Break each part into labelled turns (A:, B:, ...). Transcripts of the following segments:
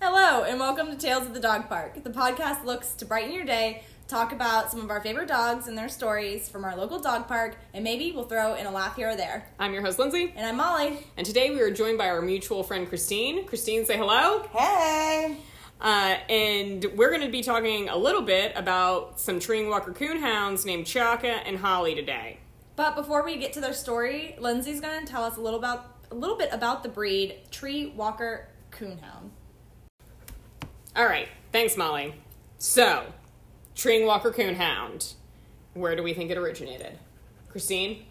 A: Hello, and welcome to Tales of the Dog Park. The podcast looks to brighten your day, talk about some of our favorite dogs and their stories from our local dog park, and maybe we'll throw in a laugh here or there.
B: I'm your host, Lindsay,
A: And I'm Molly.
B: and today we are joined by our mutual friend, Christine. Christine, say hello.
C: Hey!
B: Uh, and we're going to be talking a little bit about some treeing walker coon hounds named Chaka and Holly today.
A: But before we get to their story, Lindsay's going to tell us a little about a little bit about the breed Tree Walker Coonhound.
B: All right, thanks, Molly. So, treeing walker coon hound. Where do we think it originated? Christine?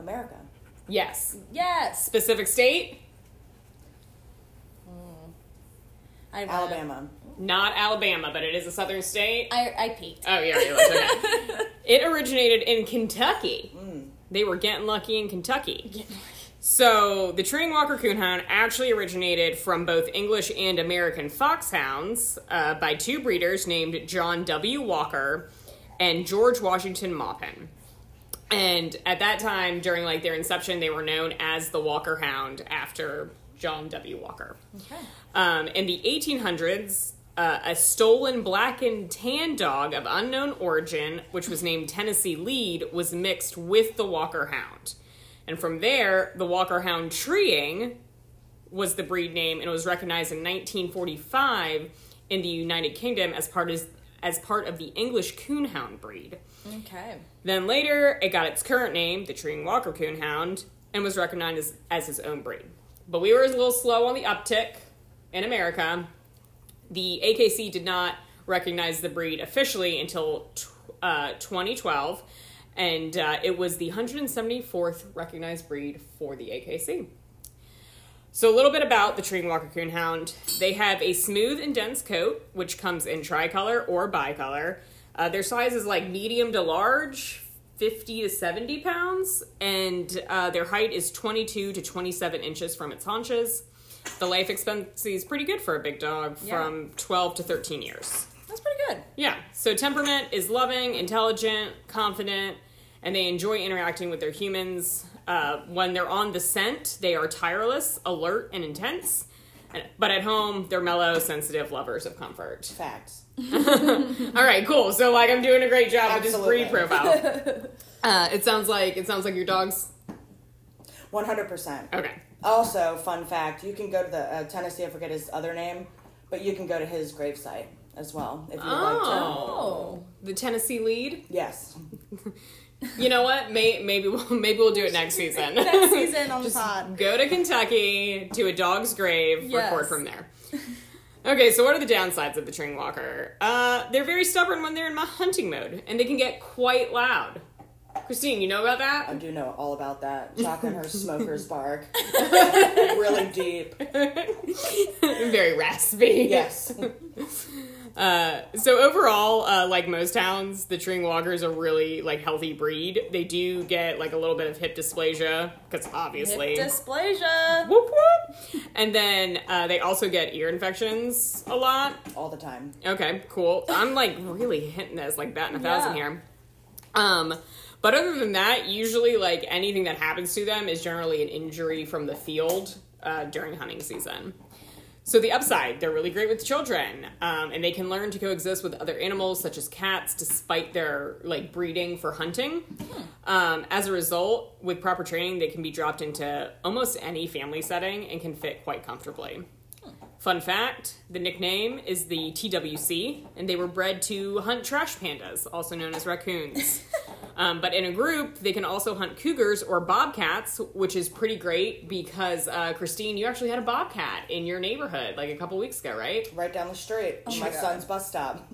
C: America.
B: Yes.
A: Yes,
B: Specific state?
A: I
C: Alabama.
B: Not Alabama, but it is a southern state.
A: I I peeked.
B: Oh, yeah, yeah, that's okay. It originated in Kentucky. They were getting lucky in Kentucky. So the Treeing Walker Coonhound actually originated from both English and American foxhounds uh, by two breeders named John W. Walker and George Washington Maupin. And at that time, during like their inception, they were known as the Walker Hound after John W. Walker. Um, in the 1800s, uh, a stolen black and tan dog of unknown origin, which was named Tennessee Lead, was mixed with the Walker Hound. And from there, the Walker Hound Treeing was the breed name and was recognized in 1945 in the United Kingdom as part, as, as part of the English Coonhound breed.
A: Okay.
B: Then later, it got its current name, the Treeing Walker Coonhound, and was recognized as, as his own breed. But we were a little slow on the uptick in America. The AKC did not recognize the breed officially until tw uh, 2012, and uh, it was the 174th recognized breed for the AKC. So a little bit about the Treeing Walker Coonhound. They have a smooth and dense coat, which comes in tricolor or bicolor. Uh, their size is like medium to large, 50 to 70 pounds, and uh, their height is 22 to 27 inches from its haunches. The life expectancy is pretty good for a big dog,
A: Yeah.
B: from 12 to 13 years.
A: That's pretty good.
B: Yeah. So temperament is loving, intelligent, confident, and they enjoy interacting with their humans. Uh, when they're on the scent, they are tireless, alert, and intense. And- But at home, they're mellow, sensitive lovers of comfort.
C: Facts.
B: All right, cool. So like, I'm doing a great job with this breed
C: Absolutely.
B: profile. Uh, it sounds like it sounds like your dogs.
C: 100%.
B: Okay.
C: Also, fun fact you can go to the uh, Tennessee, I forget his other name, but you can go to his gravesite as well if you'd like
B: Oh.
A: Oh,
B: The Tennessee lead.
C: to. Yes.
B: You know what? May, maybe we'll, maybe we'll do it next season.
A: next season on the pod.
B: Go to Kentucky to a dog's grave,
A: Yes.
B: record from there. Okay, so what are the downsides of the train walker? Uh, they're very stubborn when they're in my hunting mode, and they can get quite loud. Christine, you know about
C: I
B: that?
C: do know all about that. Chalk and her smoker's bark. really deep.
B: very raspy.
C: Yes.
B: Uh, so overall, uh, like most hounds, the treeing walker is a really like healthy breed. They do get like a little bit of hip dysplasia because
A: hip
B: obviously
A: dysplasia.
B: whoop whoop. And then uh, they also get ear infections a lot.
C: All the time.
B: Okay, cool. I'm like really hitting this like that in a thousand
A: Yeah.
B: here. Um, but other than that, usually like anything that happens to them is generally an injury from the field uh, during hunting season. So the upside, they're really great with children, um, and they can learn to coexist with other animals such as cats, despite their like breeding for hunting. Um, as a result, with proper training, they can be dropped into almost any family setting and can fit quite comfortably. Fun fact: the nickname is the TWC, and they were bred to hunt trash pandas, also known as raccoons. Um, but in a group, they can also hunt cougars or bobcats, which is pretty great because uh, Christine, you actually had a bobcat in your neighborhood like a couple weeks ago, right?
C: Right down the street. on my
A: God.
C: son's bus stop.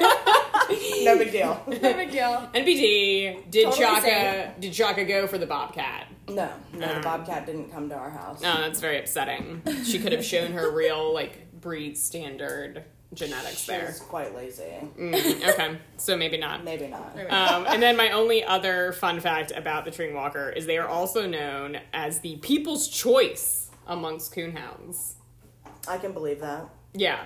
C: no big deal.
A: No big deal.
B: NPD did
A: Totally
B: Chaka
A: safe.
B: did Chaka go for the bobcat?
C: No, no, the bobcat didn't come to our house.
B: No, that's very upsetting. She could have shown her real like breed standard genetics
C: She
B: there.
C: was quite lazy.
B: Mm, okay, so maybe not.
C: Maybe not.
B: Um, and then my only other fun fact about the Tring Walker is they are also known as the people's choice amongst coonhounds.
C: I can believe that.
B: Yeah,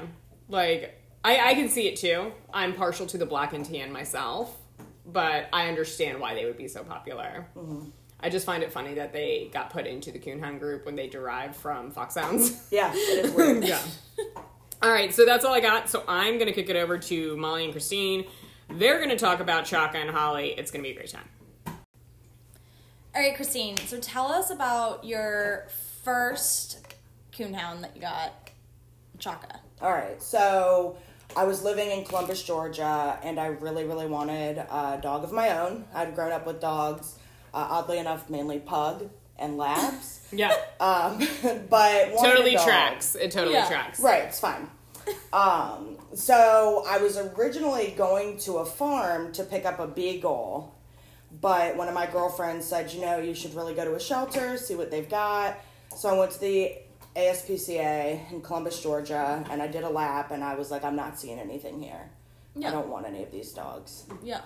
B: like I, I can see it too. I'm partial to the black and tan myself, but I understand why they would be so popular. I just find it funny that they got put into the coonhound group when they derived from foxhounds.
C: Yeah, it is weird.
B: yeah. All right, so that's all I got. So I'm going to kick it over to Molly and Christine. They're going to talk about Chaka and Holly. It's going to be a great time.
A: All right, Christine. So tell us about your first coonhound that you got, Chaka.
C: All right. So I was living in Columbus, Georgia, and I really, really wanted a dog of my own. I'd grown up with dogs, uh, oddly enough, mainly pug and labs.
B: Yeah.
C: um, but wanted a
B: totally
C: dog.
B: tracks. It totally
A: Yeah.
B: tracks.
C: Right, it's fine. Um, so I was originally going to a farm to pick up a beagle, but one of my girlfriends said, you know, you should really go to a shelter, see what they've got. So I went to the ASPCA in Columbus, Georgia, and I did a lap, and I was like, I'm not seeing anything here.
A: Yeah.
C: I don't want any of these dogs.
A: Yeah.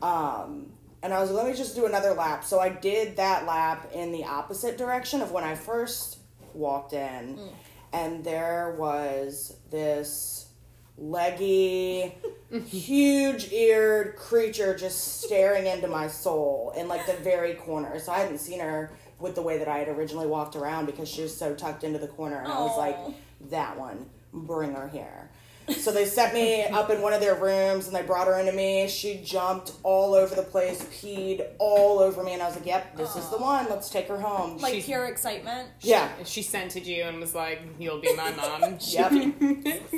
C: Um, and I was like, let me just do another lap. So I did that lap in the opposite direction of when I first walked in. And there was this leggy, huge eared creature just staring into my soul in like the very corner. So I hadn't seen her with the way that I had originally walked around because she was so tucked into the corner. And I was
A: Aw.
C: like, that one, bring her here. So they set me up in one of their rooms and they brought her into me. She jumped all over the place, peed all over me, and I was like, yep, this is the one. Let's take her home.
A: Like
B: She's-
A: pure excitement.
C: yeah.
B: She scented you and was like, "You'll be my mom."
C: Yep.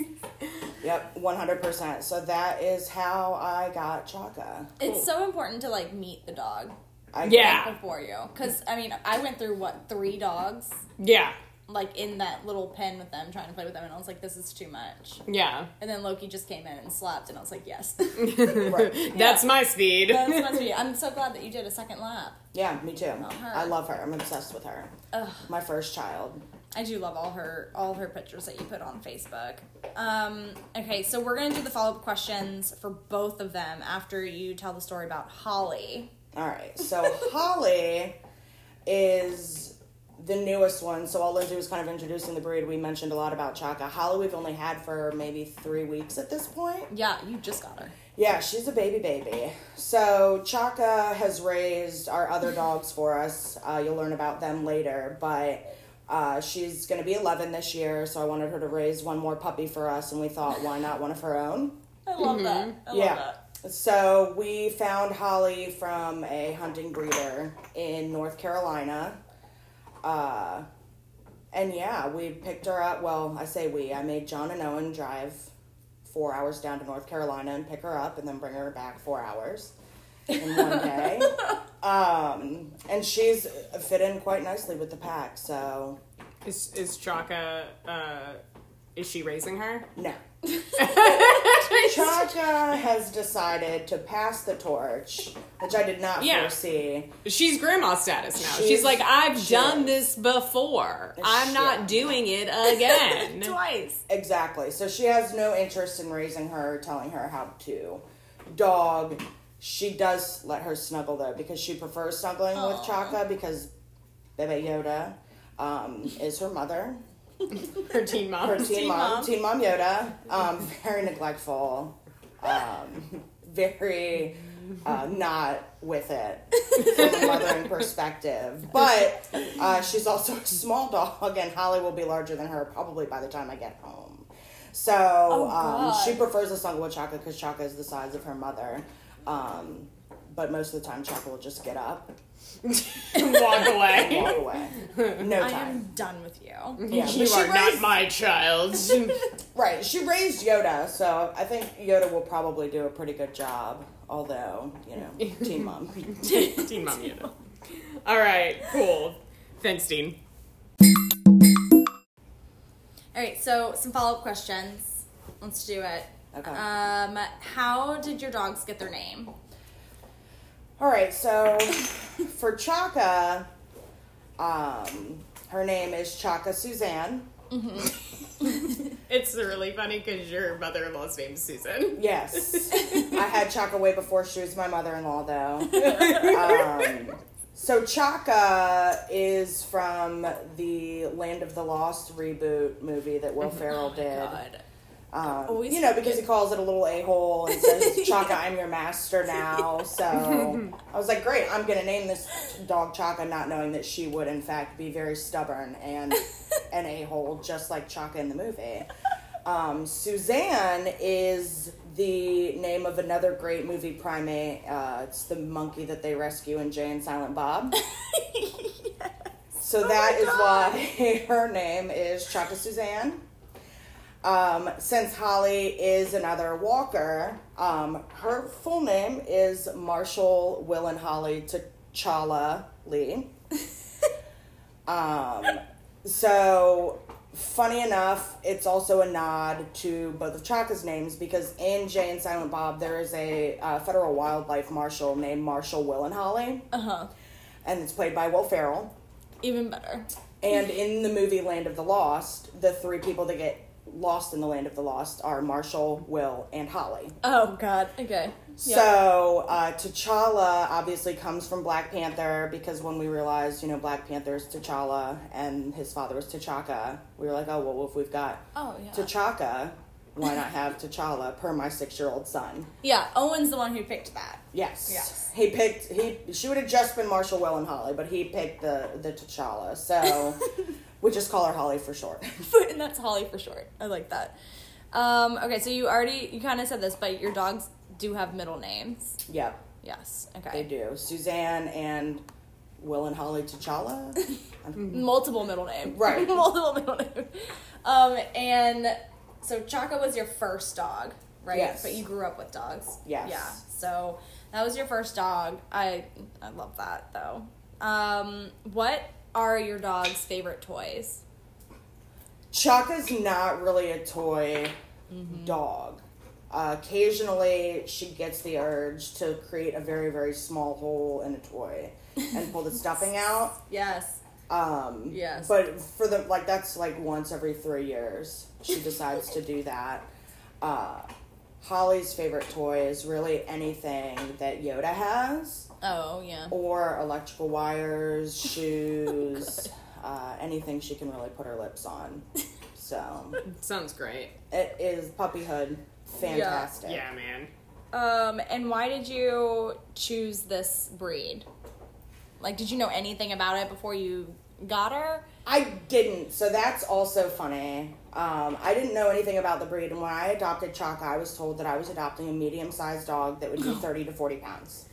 C: yep, 100%. So that is how I got Chaka.
A: It's so important to like meet the dog
C: I
B: Yeah.
A: like, before you, because I mean, I went through what three dogs
B: yeah,
A: like in that little pen with them, trying to play with them, and I was like, this is too much.
B: yeah.
A: And then Loki just came in and slapped, and I was like, yes,
C: Right.
B: That's my speed.
A: that's supposed to be. I'm so glad that you did a second lap.
C: Yeah, me too.
A: her.
C: I love her. I'm obsessed with her.
A: Uh-huh. Ugh.
C: My first child.
A: I do love all her all her pictures that you put on Facebook. Um, okay, so we're gonna do the follow up questions for both of them after you tell the story about Holly.
C: All right. So Holly is the newest one. So all Lindsay was kind of introducing the breed. We mentioned a lot about Chaka. Holly we've only had for maybe three weeks at this point.
A: Yeah, you just got her.
C: Yeah, she's a baby baby. So Chaka has raised our other dogs for us. Uh, you'll learn about them later, but uh, she's going to be 11 this year. So I wanted her to raise one more puppy for us, and we thought, why not one of her own?
A: I love that. I love
C: Yeah.
A: that.
C: So we found Holly from a hunting breeder in North Carolina. Uh, and yeah, we picked her up. Well, I say we. I made John and Owen drive four hours down to North Carolina and pick her up and then bring her back four hours in one day. um, and she's fit in quite nicely with the pack. So,
B: Is is Chaka? Uh, is she raising her?
C: no. Chacha has decided to pass the torch, which I did not
B: Yeah.
C: foresee.
B: She's grandma status now. She's,
C: She's-
B: like, I've
C: she
B: done
C: is.
B: this before.
C: And
B: I'm
C: she
B: not
C: is.
B: doing it again.
A: Twice.
C: Exactly. So she has no interest in raising her, telling her how to dog. She does let her snuggle though, because she prefers snuggling with Chaka because Bebe Yoda um, is her mother.
B: Her teen mom.
C: Her teen,
A: Teen
C: mom,
A: mom.
C: teen mom Yoda. Um, very neglectful. Um, very uh, not with it from a mothering perspective. But uh, she's also a small dog, and Holly will be larger than her probably by the time I get home. So um,
A: God.
C: she prefers a snuggle with Chaka because Chaka is the size of her mother. Um, but most of the time, Chaka will just get up
B: Walk
C: and
B: away.
C: walk away. No
A: I
C: time.
A: am done with you.
C: Yeah,
B: you
C: but she
B: are not
C: raised-
B: my child.
C: Right, she raised Yoda, so I think Yoda will probably do a pretty good job. Although, you know, teen mom.
B: teen mom unit. All right, cool. Thanks, Dean.
A: All right, so some follow up questions. Let's do it.
C: Okay.
A: Um, how did your dogs get their name?
C: All right, so for Chaka, um, her name is Chaka Suzanne.
B: It's really funny because your mother-in-law's name's Susan.
C: Yes, I had Chaka way before she was my mother-in-law, though. um, so Chaka is from the Land of the Lost reboot movie that Will Ferrell did. Um,
A: Always
C: you know, because he calls it a little a hole and says, Chaka, I'm your master now. So I was like, great, I'm going to name this dog Chaka, not knowing that she would, in fact, be very stubborn and an a hole, just like Chaka in the movie. Um, Suzanne is the name of another great movie primate. Uh, it's the monkey that they rescue in Jay and Silent Bob. So that is why her name is Chaka Suzanne. Um, since Holly is another walker, um, her full name is Marshall Will and Holly T'Challa Lee. um, so, funny enough, it's also a nod to both of Chaka's names because in Jay and Silent Bob, there is a uh, federal wildlife marshal named Marshall Will and Holly,
A: Uh huh.
C: and it's played by Will Ferrell.
A: Even better.
C: And in the movie Land of the Lost, the three people that get lost in the Land of the Lost are Marshall, Will, and Holly.
A: Oh God. Okay. Yeah.
C: So uh, T'Challa obviously comes from Black Panther because when we realized, you know, Black Panther is T'Challa and his father was T'Chaka, we were like, oh, well, if we've got
A: Oh yeah.
C: T'Chaka, why not have T'Challa per my six year old son?
A: yeah. Owen's the one who picked that.
C: Yes.
A: Yes.
C: He picked he she would have just been Marshall Will and Holly, but he picked the the T'Challa. So we just call her Holly for short.
A: and that's Holly for short. I like that. Um, okay, so you already you kind of said this, but your dogs do have middle names.
C: Yep,
A: Yes.
C: they
A: Okay.
C: do. Suzanne and Will and Holly T'Challa. I'm-
A: Multiple middle name.
C: Right.
A: Multiple middle name. Um, and so Chaka was your first dog, right?
C: Yes.
A: But you grew up with dogs.
C: Yes.
A: Yeah. So that was your first dog. I I love that though. Um, what are your dog's favorite toys?
C: Chaka's not really a toy dog. Uh, occasionally, she gets the urge to create a very, very small hole in a toy and pull the stuffing out.
A: Yes.
C: Um,
B: Yes.
C: But for the like, that's like once every three years she decides to do that. Uh, Holly's favorite toy is really anything that Yoda has,
A: Oh yeah.
C: or electrical wires, shoes, uh, anything she can really put her lips on. So
B: Sounds great.
C: it is puppyhood, fantastic.
B: Yeah, man.
A: Um, and why did you choose this breed? Like, did you know anything about it before you got her?
C: I didn't, so that's also funny. Um, I didn't know anything about the breed, and when I adopted Chaka, I was told that I was adopting a medium sized dog that would be 30 to 40 pounds.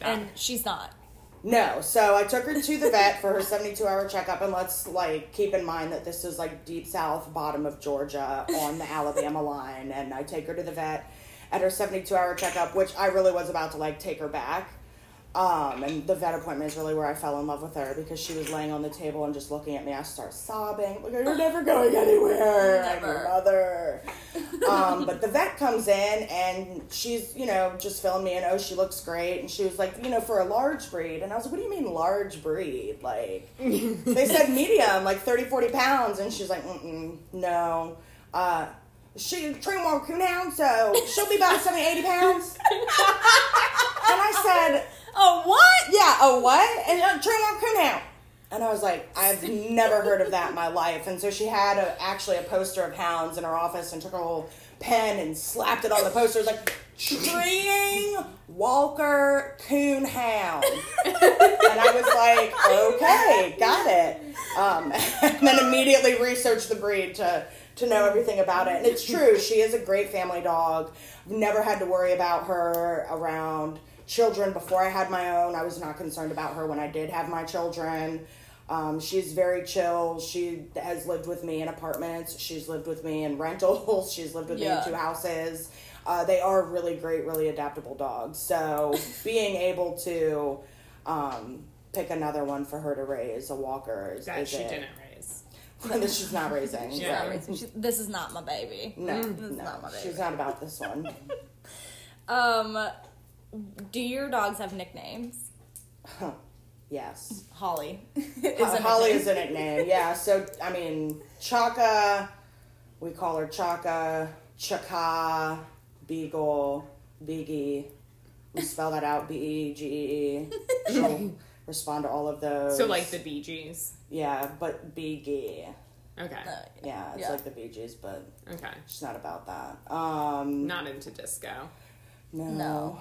A: And she's not.
C: No, so I took her to the vet for her 72 hour checkup, and let's like keep in mind that this is like deep south, bottom of Georgia on the Alabama line, and I take her to the vet at her 72 hour checkup, which I really was about to like take her back. Um, and the vet appointment is really where I fell in love with her because she was laying on the table and just looking at me. I start sobbing, like, you're never going anywhere. I'm your
A: Never.
C: mother. um, but the vet comes in and she's, you know, just filling me in. Oh, she looks great. And she was like, you know, for a large breed. And I was like, what do you mean large breed? Like, they said medium, like 30, 40 pounds. And she's like, mm-mm, no. Uh, she train walk coonhound, so she'll be about 70, 80 pounds. and I said,
A: Oh, what?
C: yeah, a what? And uh, train walk coonhound. And I was like, I've never heard of that in my life. And so she had a, actually a poster of hounds in her office and took her whole pen and slapped it on the poster. It was like, Treeing Walker Coon Hound. and I was like, okay, got it. Um, and then immediately researched the breed to to know everything about it. And it's true, she is a great family dog. I've never had to worry about her around children before I had my own. I was not concerned about her when I did have my children. Um, she's very chill. She has lived with me in apartments. She's lived with me in rentals. She's lived with me
A: Yeah.
C: in two houses. Uh, they are really great, really adaptable dogs. So being able to um, pick another one for her to raise, a walker, is,
B: That
C: is
B: she
C: it.
B: didn't raise.
C: that she's not raising.
B: Yeah.
C: right.
A: She's- This is not my baby.
C: No,
A: This is
C: no,
A: Mm. not my baby.
C: she's not about this one.
A: Um, do your dogs have nicknames?
C: yes,
A: Holly.
C: Ho- Holly is a nickname. Yeah, so I mean, Chaka, we call her Chaka, Chaka, Beagle, Beagie. We spell that out: B E G E E. She'll respond to all of those.
B: So like the Bee Gees.
C: yeah, but Beagie.
B: Okay.
C: Yeah, it's
A: Yeah.
C: like the Bee Gees, but
B: Okay.
C: she's not about that. Um,
B: Not into disco.
C: no.
A: No.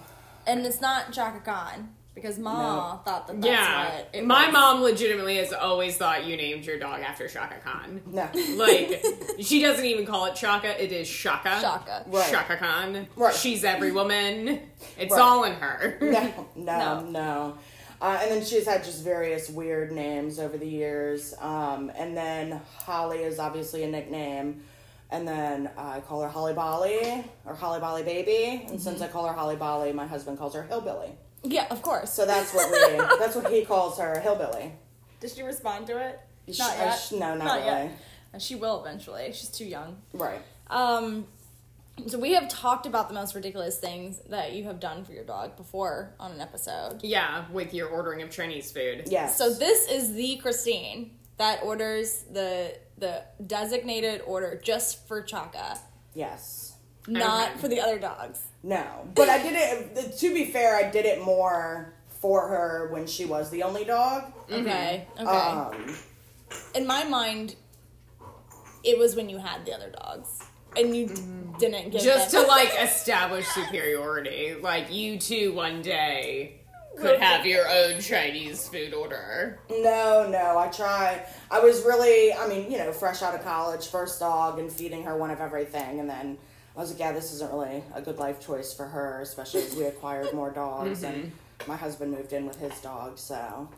A: And it's not Chaka Khan. because Ma thought that that's
B: yeah,
A: what it
B: my
A: was.
B: mom legitimately has always thought you named your dog after Shaka Khan.
C: No.
B: Like she doesn't even call it Shaka; it is Shaka.
A: Shaka.
C: Right.
B: Shaka Khan.
C: Right.
B: She's every woman. It's
C: Right.
B: all in her.
C: no, no,
A: No.
C: no. Uh, and then she's had just various weird names over the years. Um, and then Holly is obviously a nickname. And then I call her Holly Bolly or Holly Bolly Baby. And since I call her Holly Bolly, my husband calls her Hillbilly.
A: Yeah, of course.
C: So that's what we, that's what he calls her, Hillbilly.
A: Did she respond to it?
C: Sh-
A: Not
C: uh,
A: yet.
C: sh- no, not really.
A: yet. She will eventually. She's too young.
C: Right.
A: Um, so we have talked about the most ridiculous things that you have done for your dog before on an episode.
B: yeah, with your ordering of Chinese food.
C: Yes.
A: So this is the Christine that orders the the designated order just for Chaka,
C: yes.
A: not
B: Okay.
A: for the other dogs.
C: No. But I did it, to be fair, I did it more for her when she was the only dog.
A: Okay. Okay.
C: Um,
A: in my mind, it was when you had the other dogs and you didn't give
B: Just
A: them.
B: to like establish superiority. Like you two one day could have your own Chinese food order.
C: No, no. I try. I was really, I mean, you know, fresh out of college, first dog, and feeding her one of everything. And then I was like, yeah, this isn't really a good life choice for her, especially as we acquired more dogs. And my husband moved in with his dog, so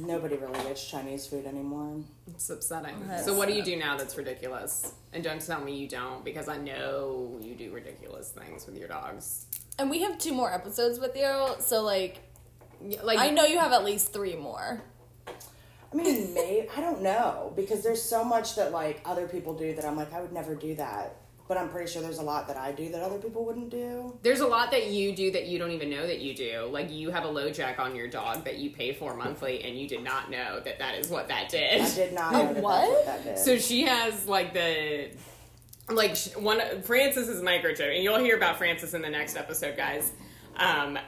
C: nobody really gets Chinese food anymore.
B: It's upsetting.
A: That's-
B: so what do you do now that's ridiculous? And don't tell me you don't, because I know you do ridiculous things with your dogs.
A: and we have two more episodes with you, so like
B: Yeah, Like
A: I know you have at least three more.
C: I mean, maybe, I don't know, because there's so much that, like, other people do that I'm like, I would never do that. But I'm pretty sure there's a lot that I do that other people wouldn't do.
B: There's a lot that you do that you don't even know that you do. Like you have a low jack on your dog that you pay for monthly, and you did not know that that is what that did.
C: I did not know that that's
A: what?
C: what that is.
B: So she has like the like sh- one Francis is microchip, and you'll hear about Francis in the next episode, guys. Um,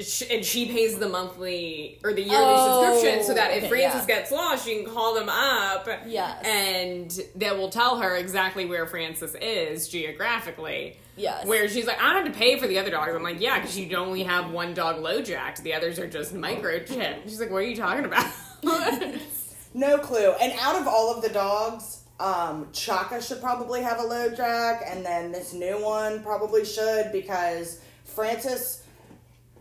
B: sh- and she pays the monthly or the yearly
A: Oh,
B: subscription so that if
A: okay,
B: Francis
A: yeah.
B: gets lost, she can call them up.
A: Yes.
B: and they will tell her exactly where Francis is geographically.
A: Yes.
B: Where she's like, I don't have to pay for the other dogs. I'm like, yeah, because you only have one dog low jacked. The others are just microchipped. She's like, what are you talking about?
C: No clue. And out of all of the dogs, um, Chaka should probably have a low jack, and then this new one probably should because Francis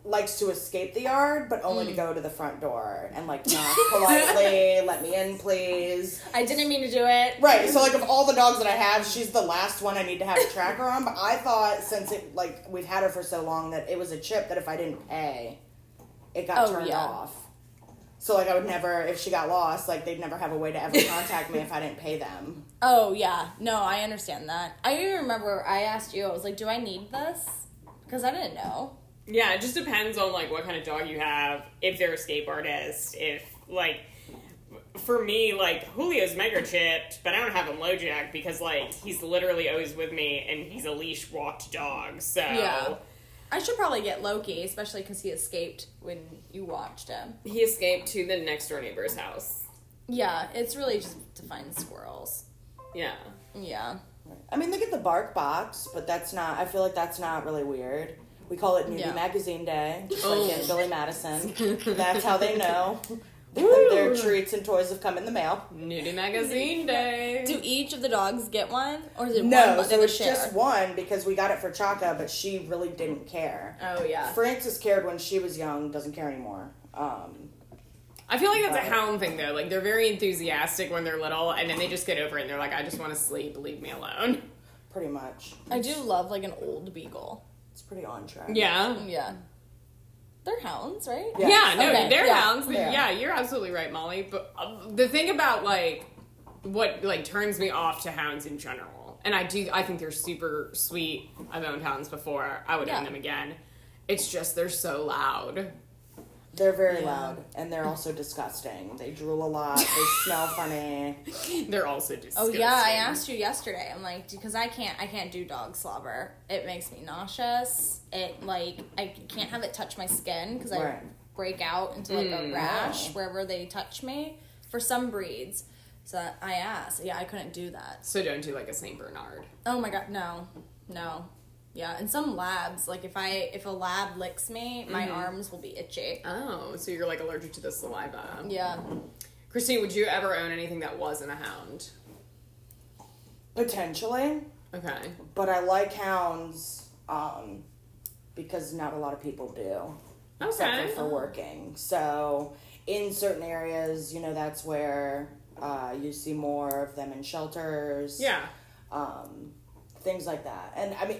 C: likes to escape the yard, but only to go to the front door and like knock politely, let me in, please.
A: I didn't mean to do it.
C: Right. So like of all the dogs that I have, she's the last one I need to have a tracker on. But I thought since it like we've had her for so long that it was a chip that if I didn't pay, it got
A: Oh,
C: turned
A: yeah.
C: off. So like I would never if she got lost, like they'd never have a way to ever contact me if I didn't pay them.
A: Oh yeah, no, I understand that. I even remember I asked you. I was like, "Do I need this?" Because I didn't know.
B: Yeah, it just depends on like what kind of dog you have, if they're a escape artist, if like for me, like Julio's microchipped, but I don't have him low jack because like he's literally always with me and he's a leash walked dog. So
A: Yeah. I should probably get Loki, especially because he escaped when you watched him.
B: he escaped to the next door neighbor's house.
A: Yeah, it's really just to find squirrels.
B: Yeah.
A: Yeah.
C: I mean look at the bark box, but that's not I feel like that's not really weird. We call it Nudie
A: Yeah.
C: Magazine Day, just
B: Oh.
C: like in Billy Madison. That's how they know that their treats and toys have come in the mail.
B: Nudie magazine day.
A: Do each of the dogs get one, or did one?
C: No,
A: but they
C: so
A: would
C: it's
A: share?
C: just one because we got it for Chaka, but she really didn't care.
A: Oh yeah.
C: Frances cared when she was young, doesn't care anymore. Um,
B: I feel like that's a hound thing though. Like they're very enthusiastic when they're little and then they just get over it and they're like, I just want to sleep, leave me alone.
C: pretty much.
A: I do love like an old beagle.
C: It's pretty on track.
B: Yeah.
A: Yeah. They're hounds, right?
C: Yeah.
B: Yeah, no,
A: Okay,
B: they're
A: yeah,
B: hounds. but
C: they are.
B: yeah, you're absolutely right, Molly. But uh, the thing about like what like turns me off to hounds in general, and I do, I think they're super sweet. I've owned hounds before. I would
A: Yeah.
B: own them again. It's just they're so loud.
C: They're very loud and they're also disgusting. They drool a lot, they smell funny.
B: They're also disgusting.
A: Oh yeah, I asked you yesterday. I'm like, because I can't, I can't do dog slobber. It makes me nauseous. It like I can't have it touch my skin because I
C: Right.
A: break out into like a rash
C: wow.
A: wherever they touch me. For some breeds, so that- I asked. Yeah, I couldn't do that.
B: So don't do like a Saint Bernard.
A: Oh my god, no, no. Yeah, and some labs, like if I if a lab licks me, my arms will be itchy.
B: Oh, so you're like allergic to the saliva.
A: Yeah.
B: Christine, would you ever own anything that wasn't a hound?
C: Potentially,
B: Okay.
C: but I like hounds um, because not a lot of people do, except
B: Okay.
C: for, for working. So in certain areas, you know, that's where uh, you see more of them in shelters.
B: Yeah.
C: um, things like that. And I mean,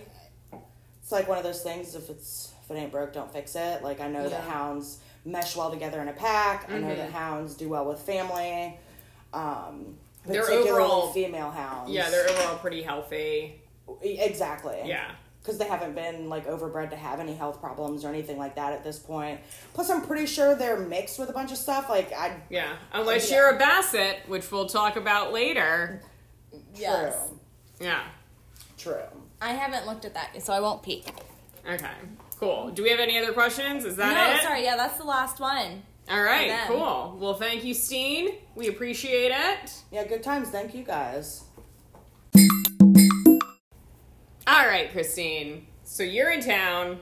C: it's like one of those things. If it's if it ain't broke, don't fix it. Like I know that
A: Yeah.
C: hounds mesh well together in a pack. I know
B: Mm-hmm.
C: that hounds do well with family. Um,
B: They're
C: particularly
B: overall-
C: female hounds. E,
B: Yeah, they're overall pretty healthy.
C: exactly.
B: Yeah.
C: Because they haven't been like overbred to have any health problems or anything like that at this point. Plus, I'm pretty sure they're mixed with a bunch of stuff. Like I
B: Yeah. Unless you're a basset, which we'll talk about later.
A: Yes.
C: true,
B: Yeah.
C: true.
A: I haven't looked at that, so I won't peek.
B: Okay. Cool. Do we have any other questions? Is that
A: no,
B: it?
A: sorry. Yeah, that's the last one.
B: All right.
A: Then.
B: Cool. Well, thank you, Steen. We appreciate it.
C: Yeah, good times. Thank you guys.
B: All right, Christine. So you're in town,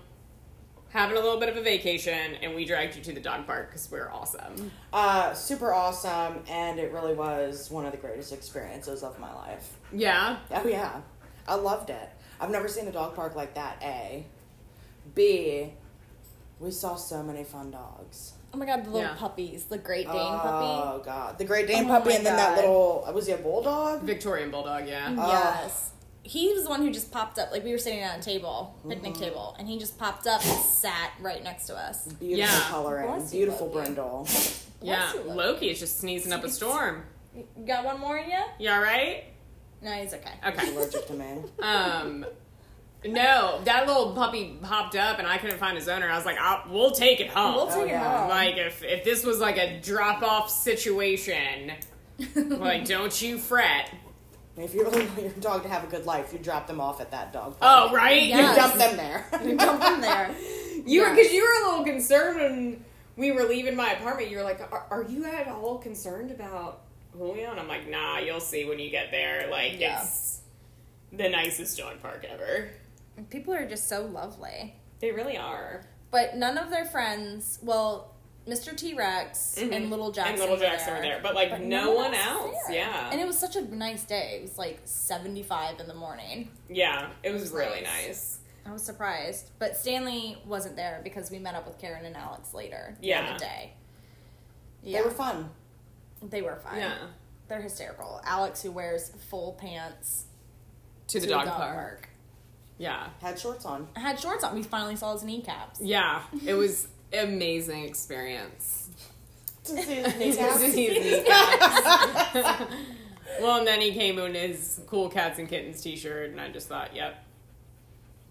B: having a little bit of a vacation, and we dragged you to the dog park because we're awesome.
C: Uh, super awesome, and it really was one of the greatest experiences of my life.
B: Yeah.
C: Oh yeah, I loved it. I've never seen a dog park like that. A, B, we saw so many fun dogs.
A: Oh my god, the little
B: Yeah.
A: puppies, the Great Dane puppy.
C: Oh god, the Great Dane
A: Oh,
C: puppy,
A: my
C: and then that
A: God.
C: little was he a bulldog?
B: Victorian bulldog. Yeah.
A: Mm,
C: Oh.
A: Yes. He was the one who just popped up. Like we were sitting at a table, picnic
C: Mm-hmm.
A: table, and he just popped up and sat right next to us.
C: Beautiful
B: Yeah.
C: coloring,
A: Was he
C: beautiful
A: lovely?
C: brindle.
B: yeah.
A: Bless you, Loki.
B: Loki is just sneezing up a storm.
A: You got one more in you?
B: You all right?
A: No, he's okay.
B: Okay.
C: Allergic to me.
B: Um, no, that little puppy popped up, and I couldn't find his owner. I was like, I'll, "We'll take it home."
A: We'll take it
C: yeah.
A: home.
B: like if if this was like a drop off situation, like don't you fret.
C: If you really want your dog to have a good life, you drop them off at that dog. park.
B: Oh right,
A: Yeah.
C: You dump them there.
A: Jump in there.
B: you were because you were a little concerned when we were leaving my apartment. You were like, "Are, are you at all concerned about Julio?" And I'm like, "Nah, you'll see when you get there. Like
A: Yeah.
B: it's the nicest dog park ever.
A: People are just so lovely.
B: They really are."
A: But none of their friends, well, Mr. T Rex and Little Jackson.
B: Mm-hmm. and little
A: were
B: Jackson
A: there.
B: were there, but like
A: But
B: no,
A: no
B: one
A: else
B: else.
A: was there.
B: Yeah,
A: And it was such a nice day. It was like 75 in the morning.
B: yeah, it was
A: was
B: really
A: nice.
B: nice.
A: I was surprised. But Stanley wasn't there because we met up with Karen and Alex later
B: Yeah.
A: in the day. Yeah.
C: They were fun.
A: They were fine.
B: Yeah,
A: They're hysterical. Alex, who wears full pants
B: to the
A: to a
B: dog, park. Yeah,
C: Had shorts on.
A: I had shorts on. We finally saw his kneecaps.
B: yeah, it was amazing experience.
C: Kneecaps.
B: well, and then he came in his cool cats and kittens T-shirt, and I just thought, yep,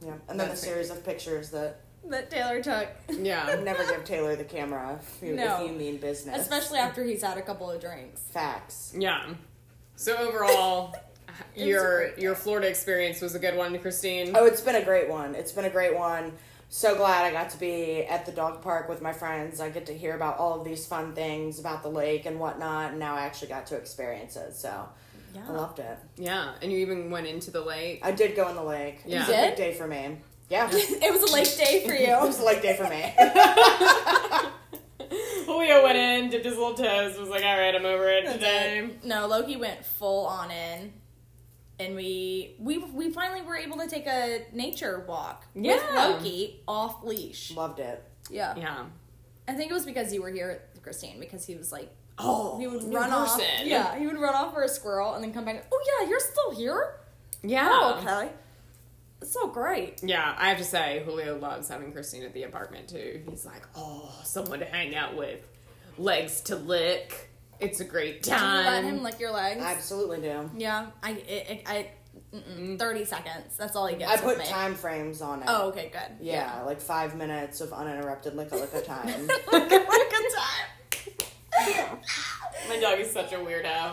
C: Yeah, and then the
B: That's it.
C: series of pictures that
A: That Taylor took.
B: yeah,
C: never give Taylor the camera if you,
A: No.
C: if you mean business.
A: Especially after he's had a couple of drinks.
C: facts.
B: yeah. So overall,
A: was a
B: your
A: great
B: your Florida experience was a good one, Christine.
C: Oh, it's been a great one. It's been a great one. So glad I got to be at the dog park with my friends. I get to hear about all of these fun things about the lake and whatnot, and now I actually got to experience it. So I
A: Yeah.
C: loved it.
B: Yeah, and you even went into the lake.
C: I did go in the lake.
B: Yeah.
C: It was a
A: You did?
C: big day for me. Yeah. it
A: it was a late day for you.
C: was a lake day for me.
B: Julio Oh, went in, dipped his little toes, was like, "All right, I'm over it today."
A: No, Loki went full on in, and we we we finally were able to take a nature walk with
B: Yeah.
A: Loki off leash.
C: loved it.
A: Yeah.
B: Yeah.
A: I think it was because you were here, Christine, because he was like
B: Oh,
A: he would run off. Yeah, he would run off for a squirrel and then come back. Oh yeah, you're still here.
B: Yeah.
A: Oh okay. It's so great.
B: Yeah, I have to say, Julio loves having Christine at the apartment too. He's like, oh, someone to hang out with, legs to lick. It's a great
A: Did you let
B: time.
A: him lick your legs?
C: I absolutely do.
A: yeah, I it, it, I mm-mm, thirty seconds. That's all he gets.
C: Mm. I
A: with
C: put
A: me.
C: time frames on it.
A: Oh, okay, good.
C: Yeah, like five minutes of uninterrupted lick a lick a time.
A: Like a good time.
B: My dog is such a weirdo.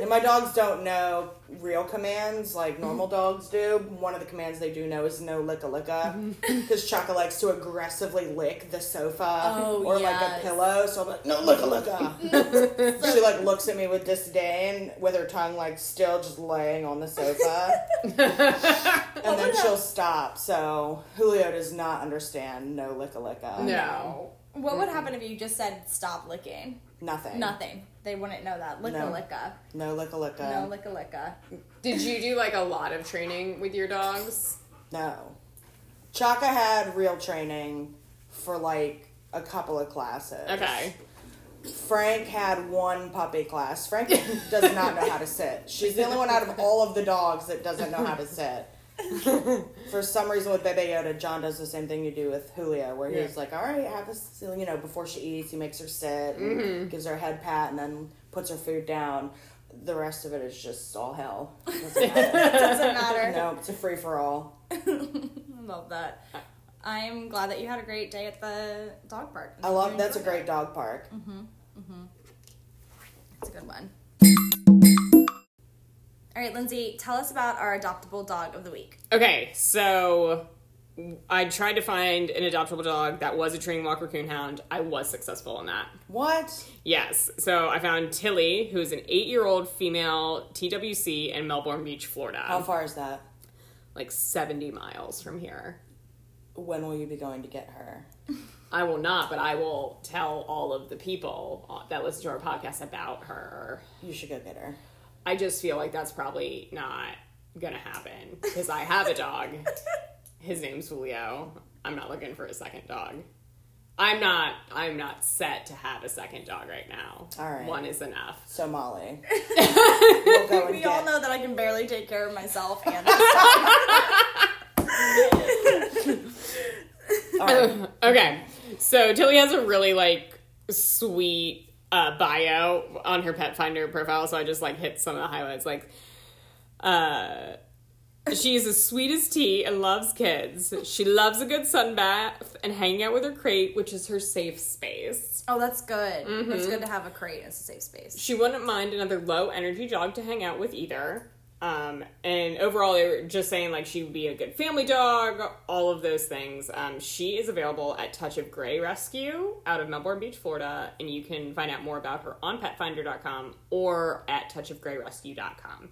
C: And my dogs don't know real commands like normal
A: Mm-hmm.
C: dogs do. One of the commands they do know is no licka licka.
A: Mm-hmm.
C: Because Chaka likes to aggressively lick the sofa
A: Oh,
C: or like
A: yes.
C: a pillow. So I'm like, no licka licka. she like looks at me with disdain with her tongue like still just laying on the sofa. and then she'll stop. So Julio does not understand no licka licka.
B: No.
A: What would happen if you just said stop licking?
C: Nothing.
A: Nothing. They wouldn't know that. Licka
C: No. Uh.
A: licka.
C: No licka licka.
A: No licka licka.
B: Did you do like a lot of training with your dogs?
C: No. Chaka had real training for like a couple of classes.
B: Okay.
C: Frank had one puppy class. Frank does not know how to sit. She's the only one out of all of the dogs that doesn't know how to sit. For some reason, with Bebe Yoda, John does the same thing you do with Julia, where he's
B: Yeah.
C: like, "All right, have a s- you know before she eats, he makes her sit, and
B: Mm-hmm.
C: gives her a head pat, and then puts her food down." The rest of it is just all hell. Doesn't matter.
A: Doesn't matter.
C: no, it's a free for all.
A: Love that. I'm glad that you had a great day at the dog park.
C: I love that's a great dog park.
A: That's a good one. All right, Lindsay, tell us about our adoptable dog of the week.
B: Okay, so I tried to find an adoptable dog that was a training walk raccoon hound. I was successful in that.
C: What?
B: Yes. So I found Tilly, who is an eight year old female TWC in Melbourne Beach, Florida.
C: How far is that?
B: Like 70 miles from here.
C: When will you be going to get her?
B: I will not, but I will tell all of the people uh, that listen to our podcast about her.
C: You should go get her.
B: I just feel like that's probably not gonna happen because I have a dog. His name's Julio. I'm not looking for a second dog. I'm not. I'm not set to have a second dog right now.
C: All right.
B: one is enough.
C: So Molly, we'll go and
A: We
C: get.
A: all know that I can barely take care of myself and this
C: all right.
B: Okay, so Tilly has a really like sweet uh, bio on her Pet Finder profile, so I just like hit some of the highlights. Like, uh, she is as sweet as tea and loves kids. She loves a good sunbath and hanging out with her crate, which is her safe space.
A: Oh, that's good. It's
C: Mm-hmm.
A: good to have a crate as a safe space.
B: She wouldn't mind another low energy dog to hang out with either. Um, and overall, they were just saying like she would be a good family dog, all of those things. Um, she is available at Touch of Gray Rescue out of Melbourne Beach, Florida, and you can find out more about her on petfinder.com or at touchofgrayrescue.com.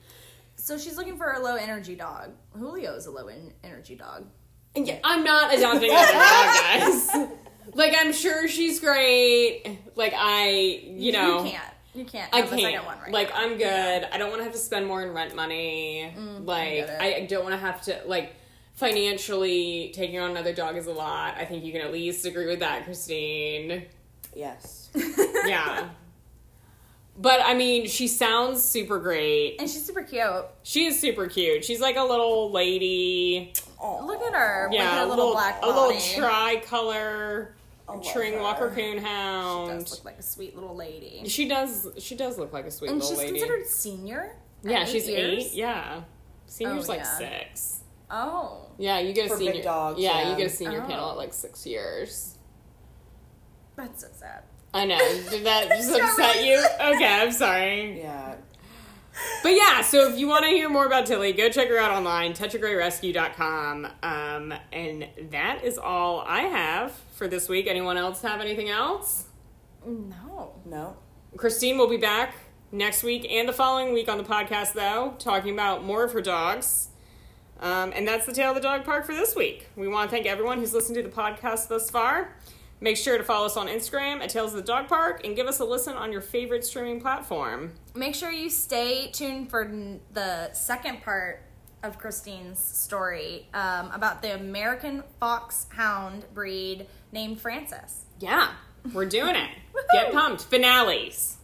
A: So she's looking for a low energy dog. Julio is a low en- energy dog.
B: And yeah, I'm not adopting another dog, guys. Like, I'm sure she's great. Like, I, you know.
A: you can't. You can't.
B: I
A: have a second
B: can't.
A: one right
B: like
A: now.
B: I'm good. I don't want to have to spend more in rent money. like
A: Mm, get it.
B: I, I don't want to have to like financially taking on another dog is a lot. I think you can at least agree with that, Christine.
C: Yes.
B: Yeah. But I mean, she sounds super great.
A: And she's super cute.
B: She is super cute. She's like a little lady.
A: Look at her with
B: Yeah,
A: her
B: a
A: little, black
B: a
A: body.
B: little tricolor
C: love
B: Tring
C: her.
B: Walker Coon
A: She
B: Hound.
A: does look like a sweet little lady.
B: She does. She does look like a sweet
A: And
B: little
A: she's
B: lady.
A: considered senior. at
B: yeah, she's
A: years?
B: eight. Yeah, senior's
A: Oh,
B: like
A: yeah.
B: six.
A: Oh,
B: Yeah, you get a
C: For big
B: senior.
C: dogs,
B: yeah,
C: yeah.
B: you get a senior
A: Oh.
B: panel at like six years.
A: that's so sad.
B: I know. Did that just
A: Sorry.
B: upset you? Okay, I'm sorry.
C: Yeah.
B: But yeah, so if you want to hear more about Tilly, go check her out online, touchagrayrescue.com. Um, and that is all I have for this week. Anyone else have anything else?
A: No.
C: No.
B: Christine will be back next week and the following week on the podcast, though, talking about more of her dogs. Um, and that's the tale of the dog park for this week. We want to thank everyone who's listened to the podcast thus far. Make sure to follow us on Instagram at Tales of the Dog Park and give us a listen on your favorite streaming platform.
A: Make sure you stay tuned for n- the second part of Christine's story um, about the American foxhound breed named Francis.
B: Yeah, we're doing it. Get pumped. Finales.